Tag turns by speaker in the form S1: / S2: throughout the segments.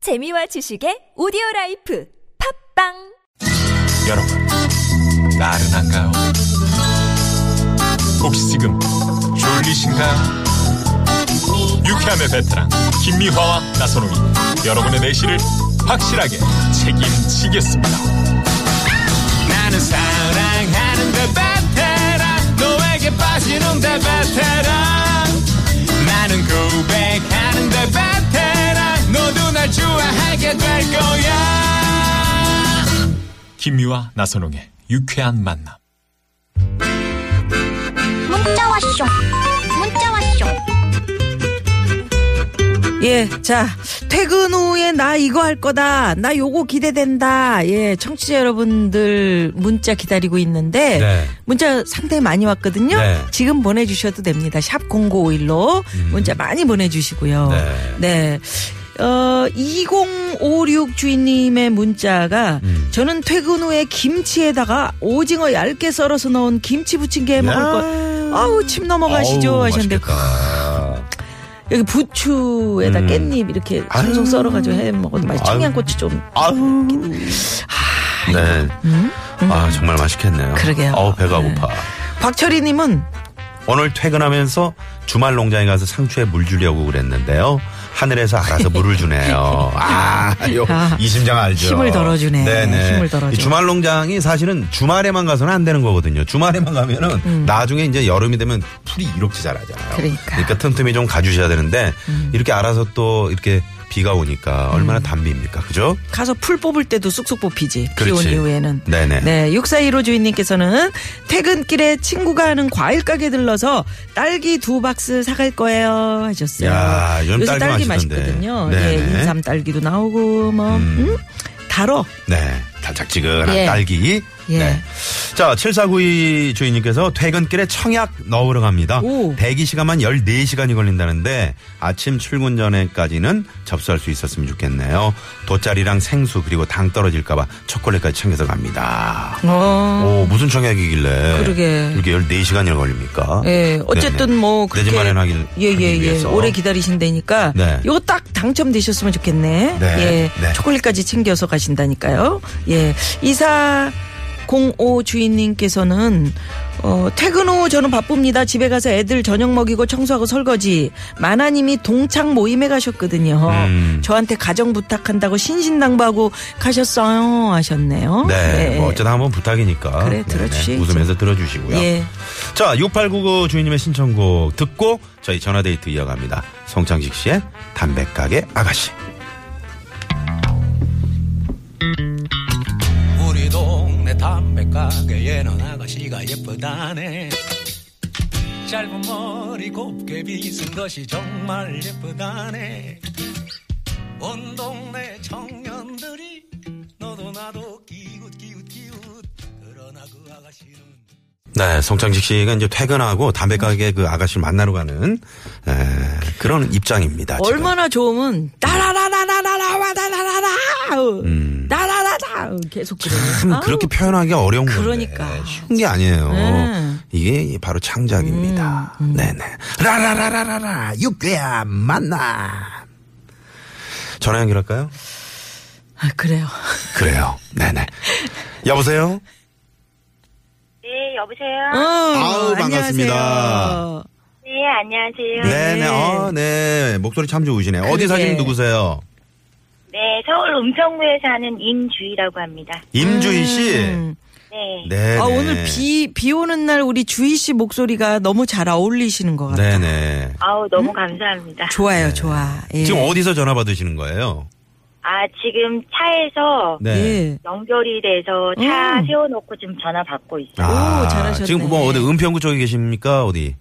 S1: 재미와 지식의 오디오 라이프 팝빵
S2: 여러분, 나른한가요? 혹시 지금 졸리신가요? 유쾌함의 베테랑 김미화와 나선홍이 여러분의 내실을 확실하게 책임지겠습니다.
S3: 나는 사랑하는데 베테랑 너에게 빠지는데 베테랑 나는 고백하는데 베테랑 너도 날 좋아하게 될 거야
S2: 김미화 나선홍의 유쾌한 만남.
S4: 문자 왔쇼. 문자 왔쇼.
S5: 예, 자, 퇴근 후에 나 이거 할 거다. 나 요거 기대된다. 예, 청취자 여러분들 문자 기다리고 있는데
S6: 네.
S5: 문자 상당히 많이 왔거든요.
S6: 네. 음.
S5: 지금 보내 주셔도 됩니다. 샵 0951로 문자 많이 보내 주시고요. 네. 어, 2056 주인님의 문자가
S6: 음.
S5: 저는 퇴근 후에 김치에다가 오징어 얇게 썰어서 넣은 김치 부침개 먹을 거. 아우, 침 넘어가시죠
S6: 어우,
S5: 하셨는데
S6: 맛있겠다. 음.
S5: 여기 부추에다 깻잎 이렇게 송송 썰어가지고 해 먹어도 맛있. 청양고추 좀.
S6: 아우. 네. 아, 정말 맛있겠네요.
S5: 음? 그러게요.
S6: 어우, 배가 고파.
S5: 박철희님은
S6: 오늘 퇴근하면서 주말 농장에 가서 상추에 물 주려고 그랬는데요. 하늘에서 알아서 물을 주네요. 아, 요,
S5: 아,
S6: 이 심장 알죠?
S5: 힘을 덜어주네.
S6: 네네.
S5: 힘을 덜어줘.
S6: 이 주말 농장이 사실은 주말에만 가서는 안 되는 거거든요. 주말에만 가면은 나중에 이제 여름이 되면 풀이 이렇게 자라잖아요.
S5: 음. 그러니까. 음.
S6: 틈틈이 좀 가주셔야 되는데 이렇게 알아서 또 이렇게 비가 오니까 얼마나 담비입니까? 그죠?
S5: 가서 풀 뽑을 때도 쑥쑥 뽑히지.
S6: 그렇지.
S5: 비온 이후에는.
S6: 네네.
S5: 네, 6415 주인님께서는 퇴근길에 친구가 하는 과일 가게 들러서 딸기 두 박스 사갈 거예요 하셨어요.
S6: 야, 요즘
S5: 요새
S6: 딸기
S5: 딸기
S6: 맛있던데.
S5: 맛있거든요.
S6: 네네.
S5: 예, 인삼 딸기도 나오고 뭐 음. 달어.
S6: 네. 달짝지근한
S5: 예.
S6: 딸기.
S5: 예.
S6: 네. 자, 7492 주인님께서 퇴근길에 청약 넣으러 갑니다.
S5: 오.
S6: 대기 시간만 14시간이 걸린다는데 아침 출근 전에까지는 접수할 수 있었으면 좋겠네요. 돗자리랑 생수 그리고 당 떨어질까봐 초콜릿까지 챙겨서 갑니다.
S5: 어.
S6: 오, 무슨 청약이길래.
S5: 그러게.
S6: 이렇게 14시간이 걸립니까?
S5: 예, 어쨌든
S6: 네네.
S5: 뭐 그렇게
S6: 내집 마련하길.
S5: 예, 예,
S6: 하기
S5: 예.
S6: 위해서.
S5: 오래 기다리신다니까
S6: 네.
S5: 요거 딱 당첨되셨으면 좋겠네.
S6: 네,
S5: 예.
S6: 네.
S5: 초콜릿까지 챙겨서 가신다니까요. 예. 이사 05 주인님께서는 어, 퇴근 후 저는 바쁩니다. 집에 가서 애들 저녁 먹이고 청소하고 설거지. 마나님이 동창 모임에 가셨거든요.
S6: 음.
S5: 저한테 가정 부탁한다고 신신당부하고 가셨어요. 하셨네요.
S6: 네,
S5: 예.
S6: 뭐 어쩌다 한번 부탁이니까.
S5: 그래,
S6: 네네.
S5: 들어주시죠.
S6: 웃으면서 들어주시고요.
S5: 예.
S6: 자, 6899 주인님의 신청곡 듣고 저희 전화데이트 이어갑니다. 성창식 씨의 담배가게 아가씨.
S7: 우리 동네 담배 가게에는 아가씨가 예쁘다네 짧은 머리 곱게 빗은 것이 정말 예쁘다네 온 동네 청년들이 너도 나도 기웃 기웃 기웃 그러나 그 아가씨는
S6: 네, 성창식 씨가 이제 퇴근하고 담배가게 그 아가씨를 만나러 가는 에, 그런 입장입니다. 아, 지금.
S5: 얼마나 좋으면 따라라라라라라와다라라라 나라라라 계속
S6: 음.
S5: 아?
S6: 참
S5: 그러네.
S6: 그렇게 표현하기가 어려운 거예요.
S5: 그러니까.
S6: 쉬운 게 아니에요.
S5: 네. 음,
S6: 이게 바로 창작입니다. 네네. 라라라라라라 육괴야 만나. 전화 연결할까요?
S5: 아, 그래요.
S6: 그래요. 네네. 여보세요.
S8: 네, 여보세요?
S5: 어, 아, 안녕하세요.
S6: 반갑습니다.
S8: 네, 안녕하세요. 네,
S6: 네네. 어, 네. 목소리 참 좋으시네. 요 어디
S5: 그러게.
S6: 사시는 누구세요?
S8: 네, 서울 음성구에 사는 임주희라고 합니다.
S6: 임주희 씨.
S8: 네.
S6: 네.
S5: 음. 아 오늘 비 비 오는 날 우리 주희 씨 목소리가 너무 잘 어울리시는 것 같아요.
S6: 네네. 네.
S8: 아우, 너무 감사합니다.
S5: 좋아요, 좋아. 예.
S6: 지금 어디서 전화 받으시는 거예요?
S8: 아, 지금 차에서
S6: 네.
S5: 예.
S8: 연결이 돼서 차
S5: 음.
S8: 세워놓고 지금 전화 받고 있어요.
S5: 오, 잘하셨네. 예.
S6: 지금 뭐 어디 은평구 쪽에 계십니까? 어디?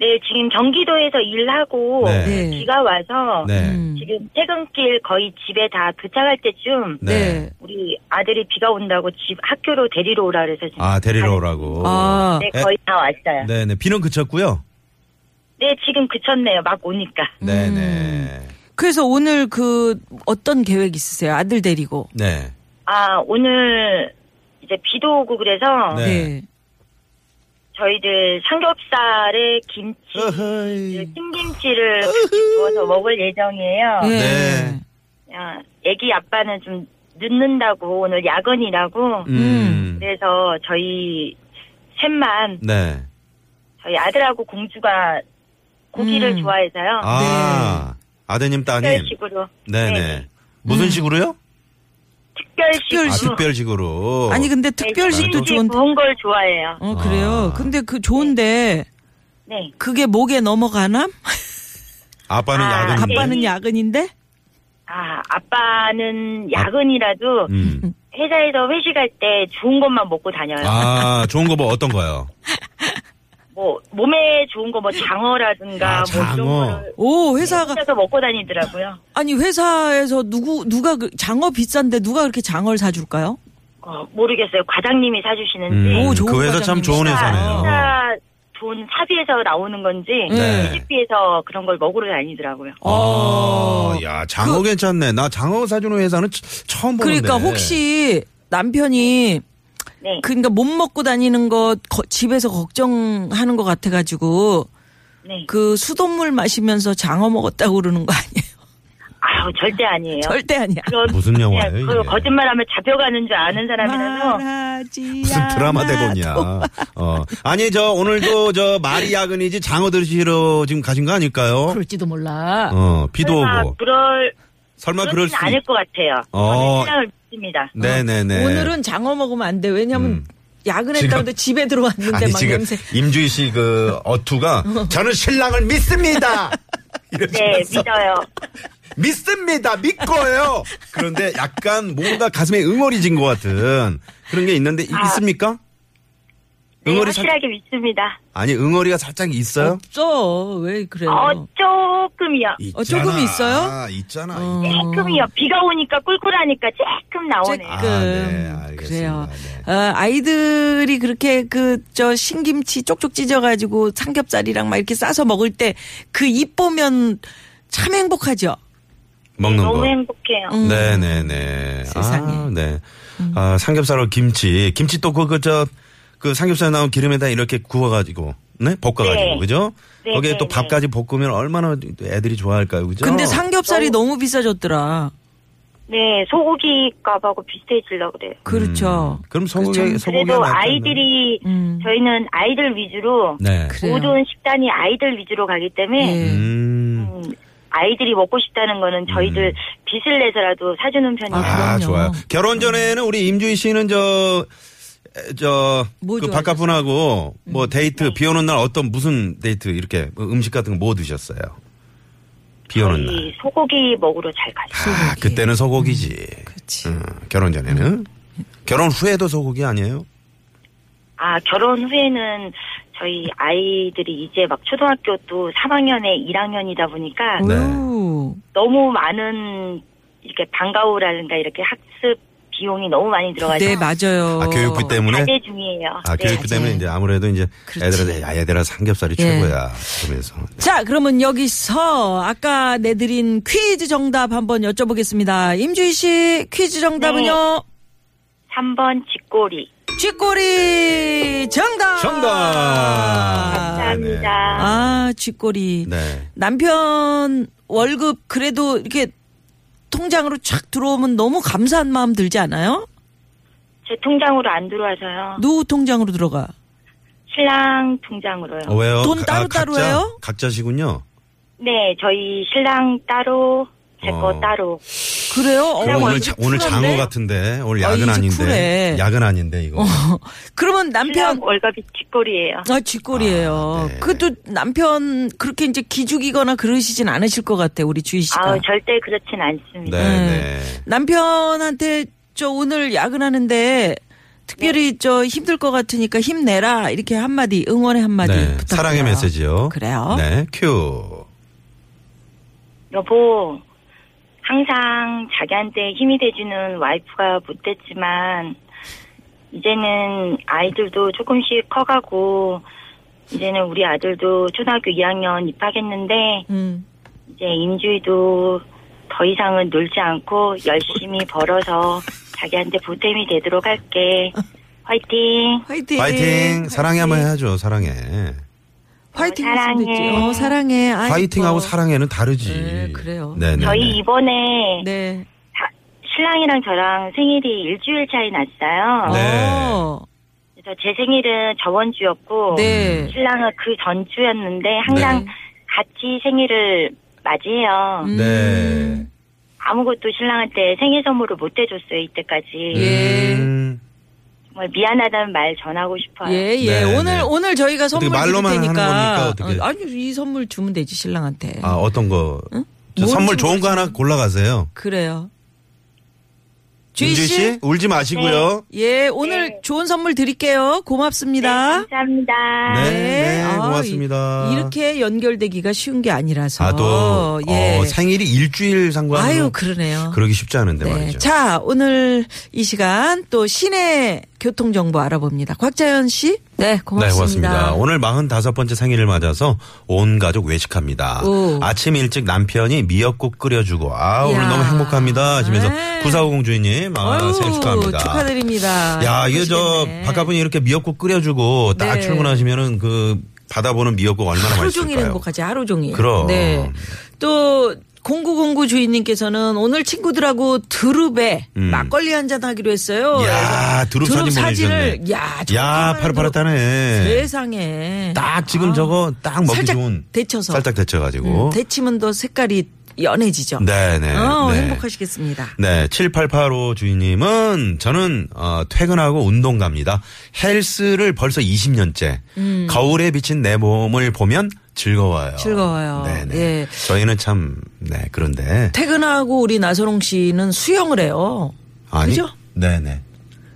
S8: 네, 지금 경기도에서 일하고
S5: 예.
S6: 네.
S8: 비가 와서
S6: 네.
S5: 음.
S8: 지금 퇴근길 거의 집에 다 도착할 때쯤
S5: 네.
S8: 우리 아들이 비가 온다고 집 학교로 데리러 오라 그래서 지금
S6: 아, 데리러 오라고.
S5: 아,
S8: 네, 거의 다 왔어요. 네.
S6: 네네. 비는 그쳤고요.
S8: 지금 그쳤네요. 막 오니까.
S5: 음.
S6: 네네.
S5: 그래서 오늘 그 어떤 계획 있으세요? 아들 데리고.
S6: 네.
S8: 아, 오늘 이제 비도 오고
S5: 아.
S8: 그래서
S6: 네.
S5: 예.
S8: 저희들 삼겹살에 김치,
S6: 어허이.
S5: 예.
S8: 그 흰김치를 같이 구워서 먹을 예정이에요.
S5: 예.
S6: 아, 네.
S8: 아, 애기 아빠는 좀 늦는다고 오늘 야근이라고
S6: 음.
S8: 그래서 저희 셋만
S6: 네.
S8: 저희 아들하고 공주가 고기를
S5: 음.
S8: 좋아해서요.
S5: 네.
S6: 아, 아드님, 따님.
S8: 특별식으로.
S6: 네네. 무슨 식으로요?
S8: 특별식으로.
S5: 특별식으로.
S6: 아, 특별식으로.
S5: 아니 근데
S8: 네,
S5: 특별식도
S8: 찜질
S5: 좋은데.
S8: 구운 걸 좋아해요.
S5: 어 그래요. 근데 그 좋은데
S8: 네.
S5: 그게 목에 넘어가나?
S6: 아빠는
S8: 아,
S6: 야근인데.
S5: 아빠는
S8: 네.
S5: 야근인데.
S8: 아, 아빠는 야근이라도
S6: 음.
S8: 회사에서 회식할 때 좋은 것만 먹고 다녀요.
S6: 아, 좋은 거 뭐 어떤 거요?
S8: 뭐 몸에 좋은 거 뭐 장어라든가
S6: 아,
S8: 뭐 이런
S6: 장어.
S8: 거를
S5: 오 회사가
S8: 혼자서 먹고 다니더라고요.
S5: 아니 회사에서 누구 누가 그 장어 비싼데 누가 그렇게 장어를 사줄까요?
S8: 어, 모르겠어요. 과장님이 사주시는지
S5: 음, 오, 좋은
S6: 그 회사 참 좋은 아.
S5: 과장님이시다.
S6: 회사네요.
S8: 회사 돈 사비에서 나오는 건지 그
S6: 네.
S8: 회식비에서 그런 걸 먹으러 다니더라고요.
S6: 아, 야, 장어 괜찮네. 나 장어 사주는 회사는 처- 처음 보는데.
S5: 그러니까 혹시 남편이
S8: 네,
S5: 그러니까 못 먹고 다니는 거 거- 집에서 걱정하는 것 같아가지고
S8: 네.
S5: 그 수돗물 마시면서 장어 먹었다고 그러는 거 아니에요?
S8: 아우 절대 아니에요.
S5: 절대 아니야.
S8: 그런
S6: 무슨 영화예요?
S8: 그냥
S6: 이게?
S8: 그 거짓말하면 잡혀가는 줄 아는 사람이라서
S5: 말하지
S6: 무슨 드라마
S5: 않아도
S6: 대본이야. 어. 아니, 저, 오늘도 저, 말이 야근이지 장어 드시러 지금 가신 거 아닐까요?
S5: 그럴지도 몰라.
S6: 어, 비도
S8: 설마
S6: 오고.
S8: 그럴
S6: 설마 그럴
S8: 그렇진
S6: 수
S8: 않을
S6: 있...
S8: 것 같아요.
S6: 어.
S8: 저는 신앙을 믿습니다.
S6: 네네네. 음.
S5: 오늘은 장어 먹으면 안 돼. 왜냐면 야근했다고 해도 집에 들어왔는데
S6: 아니,
S5: 막
S6: 지금
S5: 냄새.
S6: 임주희 씨 그 어투가 저는 신랑을 믿습니다!
S8: 네, 믿어요.
S6: 믿습니다! 믿고요! 그런데 약간 뭔가 가슴에 응어리진 것 같은 그런 게 있는데 이-
S5: 아.
S6: 있습니까?
S8: 네,
S6: 응어리 살-
S8: 확실하게 믿습니다.
S6: 아니, 응어리가 살짝 있어요?
S5: 없어. 왜 그래요?
S8: 어, 조금이요.
S5: 어, 조금 있어요?
S6: 아, 있잖아.
S5: 어.
S8: 조금이요. 비가 오니까 꿀꿀하니까 조금 나오네요.
S5: 조금.
S6: 아, 네, 알겠습니다.
S5: 그 그래요.
S6: 네.
S5: 어, 아이들이 그렇게 그 저 신김치 쪽쪽 찢어가지고 삼겹살이랑 막 이렇게 싸서 먹을 때 그 입 보면 참 행복하죠.
S6: 먹는
S8: 너무
S6: 거. 네,
S8: 행복해요.
S5: 음.
S6: 네네네.
S5: 세상에. 음.
S6: 아, 네. 아, 삼겹살로 김치. 김치 또 그, 그, 저, 그 삼겹살 나온 기름에다 이렇게 구워가지고, 네? 볶아가지고,
S8: 네.
S6: 그죠?
S8: 네,
S6: 거기에
S8: 네,
S6: 또
S8: 네.
S6: 밥까지 볶으면 얼마나 또 애들이 좋아할까요, 그죠?
S5: 근데 삼겹살이 너무 비싸졌더라.
S8: 네, 소고기 값하고 비슷해지려고 그래요.
S5: 그렇죠.
S6: 음. 그럼 소고기, 소고기
S8: 그래도 아이들이
S5: 음.
S8: 저희는 아이들 위주로
S6: 네.
S5: 그래요.
S8: 모든 식단이 아이들 위주로 가기 때문에
S5: 예.
S6: 음.
S8: 음, 아이들이 먹고 싶다는 거는 저희들 빚을 내서라도 사주는 편이에요.
S5: 아,
S6: 아,
S5: 그럼요.
S6: 좋아요. 결혼 전에는 우리 임주희 씨는 저, 에, 저,
S5: 뭐
S6: 그
S5: 좋아하셨어요? 음.
S6: 바깥분하고 뭐 데이트, 비 오는 날 어떤 무슨 데이트 이렇게 음식 같은 거 뭐 드셨어요? 비 오는 날.
S8: 저희 소고기 먹으러 잘 가요.
S6: 아, 그때는 소고기지.
S5: 그렇지.
S6: 음, 결혼 전에는. 결혼 후에도 소고기 아니에요?
S8: 아, 결혼 후에는 저희 아이들이 이제 막 초등학교 또 3학년에 1학년이다 보니까
S6: 네.
S5: 어우,
S8: 너무 많은 이렇게 방과후라든가 이렇게 학습 비용이 너무 많이 들어가서
S5: 네, 맞아요.
S6: 아, 교육비 때문에?
S8: 자제 중이에요.
S6: 아,
S8: 네.
S6: 교육비 때문에 이제 아무래도 이제
S5: 그렇지.
S6: 애들한테, 야, 얘들아 삼겹살이
S5: 예.
S6: 최고야. 그러면서.
S5: 자, 그러면 여기서 아까 내드린 퀴즈 정답 한번 여쭤보겠습니다. 임주희 씨 퀴즈 정답은요?
S8: 3번 쥐꼬리.
S5: 쥐꼬리 정답!
S6: 정답!
S8: 감사합니다.
S5: 아, 쥐꼬리.
S6: 네.
S5: 남편 월급 그래도 이렇게 통장으로 촥 들어오면 너무 감사한 마음 들지 않아요?
S8: 제 통장으로 안 들어와서요.
S5: 누구 통장으로 들어가?
S8: 신랑 통장으로요.
S6: 어, 왜요?
S5: 돈
S6: 가-
S5: 따로 따로
S6: 각자,
S5: 해요?
S6: 각자시군요.
S8: 네, 저희 신랑 따로, 제 거
S6: 어.
S8: 따로.
S5: 그래요? 어,
S6: 그럼 오늘,
S5: 완전
S6: 자- 오늘
S5: 쿨한데?
S6: 장어 같은데? 오늘
S5: 아,
S6: 야근
S5: 이제
S6: 아, 닌데
S5: 쿨해. 어.
S6: 야근 아닌데, 이거.
S5: 그러면
S8: 신랑
S5: 남편
S8: 월급이 뒷골이에요.
S5: 아, 쥐꼬리예요.
S6: 아, 네.
S5: 그것도 남편 그렇게 이제 기죽이거나 그러시진 않으실 것 같아, 우리 주희 씨가.
S8: 아우, 절대 그렇진 않습니다.
S6: 네,
S5: 네.
S6: 네.
S5: 남편한테 저 오늘 야근하는데 특별히 저 힘들 것 같으니까 힘내라 이렇게 한마디 응원의 한마디
S6: 네.
S5: 부탁드려요.
S6: 사랑의 메시지요.
S5: 그래요?
S6: 네. 큐.
S8: 여보, 항상 자기한테 힘이 돼주는 와이프가 못됐지만, 이제는 아이들도 조금씩 커가고, 이제는 우리 아들도 초등학교 2학년 입학했는데,
S5: 음.
S8: 이제 임주희도 더 이상은 놀지 않고 열심히 벌어서 자기한테 보탬이 되도록 할게. 화이팅!
S5: 화이팅.
S6: 파이팅. 사랑해 한번 해야죠, 사랑해.
S5: 화이팅.
S8: 어, 사랑해.
S5: 사랑해. 어, 사랑해. 아이,
S6: 파이팅하고
S5: 이뻐.
S6: 사랑해는 다르지.
S5: 네, 그래요.
S6: 네네.
S8: 저희 이번에
S5: 네.
S8: 신랑이랑 저랑 생일이 일주일 차이 났어요.
S6: 네.
S5: 어,
S8: 그래서 제 생일은 저번 주였고
S5: 네.
S8: 신랑은 그 전주였는데 항상
S5: 네.
S8: 같이 생일을 맞이해요.
S5: 음.
S6: 네.
S8: 아무것도 신랑한테 생일 선물을 못 해줬어요 이때까지.
S5: 예.
S6: 음,
S8: 정말 미안하다는 말 전하고 싶어요.
S5: 예, 예.
S6: 네,
S5: 오늘,
S6: 네.
S5: 오늘 저희가 선물 드릴
S6: 말로만 하는
S5: 테니까.
S6: 겁니까? 어떻게?
S5: 어, 아니, 이 선물 주면 되지, 신랑한테.
S6: 아, 어떤 거. 저
S5: 네. 뭔지
S6: 선물 좋은 거 하나 골라가세요.
S5: 그래요. 주희
S6: 윤지 씨,
S5: 씨?
S6: 울지 마시고요.
S5: 예, 오늘 좋은 선물 드릴게요. 고맙습니다.
S8: 감사합니다.
S6: 네, 네, 고맙습니다.
S5: 아, 이- 이렇게 연결되기가 쉬운 게 아니라서.
S6: 아, 또,
S5: 예.
S6: 어, 생일이 일주일 상관으로.
S5: 아유, 그러네요.
S6: 그러기 쉽지 않은데 말이죠.
S5: 자, 오늘 이 시간 또 시내 교통 정보 알아봅니다. 곽자연 씨? 네, 고맙습니다.
S6: 네, 고맙습니다. 오늘 45번째 생일을 맞아서 온 가족 외식합니다.
S5: 오.
S6: 아침 일찍 남편이 미역국 끓여주고, 아, 오늘
S5: 이야.
S6: 너무 행복합니다. 하시면서
S5: 네.
S6: 9450 주인님, 아,
S5: 아유,
S6: 생일 축하합니다.
S5: 축하드립니다.
S6: 야, 이거 저,
S5: 바쁘시겠네.
S6: 바깥분이 이렇게 미역국 끓여주고, 딱
S5: 네.
S6: 출근하시면은 그, 받아보는 미역국 얼마나
S5: 하루 뭐
S6: 맛있을까요?
S5: 종일 행복하지 하루 종일.
S6: 그럼.
S5: 네. 또 공구공구 주인님께서는 오늘 친구들하고 드룹에
S6: 음.
S5: 막걸리 한잔 하기로 했어요.
S6: 야, 드룹 사진
S5: 을
S6: 보내주셨네.
S5: 야,
S6: 야,
S5: 정말
S6: 파릇파릇하네.
S5: 세상에.
S6: 딱 지금 저거 딱 먹기
S5: 살짝
S6: 좋은.
S5: 데쳐서.
S6: 살짝 데쳐가지고.
S5: 음, 데치면 더 색깔이 연해지죠.
S6: 네네.
S5: 어,
S6: 네.
S5: 행복하시겠습니다.
S6: 네, 7885 주인님은 저는 어, 퇴근하고 운동 갑니다. 헬스를 벌써 20년째. 거울에 비친 내 몸을 보면 즐거워요.
S5: 음. 즐거워요.
S6: 네네.
S5: 예.
S6: 저희는 참, 네, 그런데.
S5: 퇴근하고 우리 나선홍 씨는 수영을 해요.
S6: 아니.
S5: 그죠?
S6: 네네.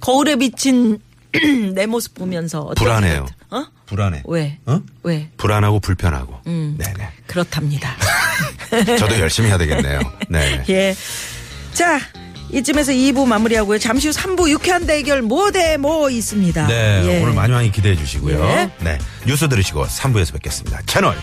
S5: 거울에 비친 내 모습 보면서 어떤
S6: 불안해요.
S5: 생각- 어?
S6: 불안해.
S5: 왜? 음.
S6: 어?
S5: 왜?
S6: 불안하고 불편하고. 네네.
S5: 그렇답니다.
S6: 저도 열심히 해야 되겠네요. 네네.
S5: 예. 자, 이쯤에서 2부 마무리하고요. 잠시 후 3부 유쾌한 대결 뭐 대 뭐 있습니다.
S6: 네,
S5: 예.
S6: 오늘 많이 많이 기대해 주시고요.
S5: 예.
S6: 네, 뉴스 들으시고 3부에서 뵙겠습니다. 채널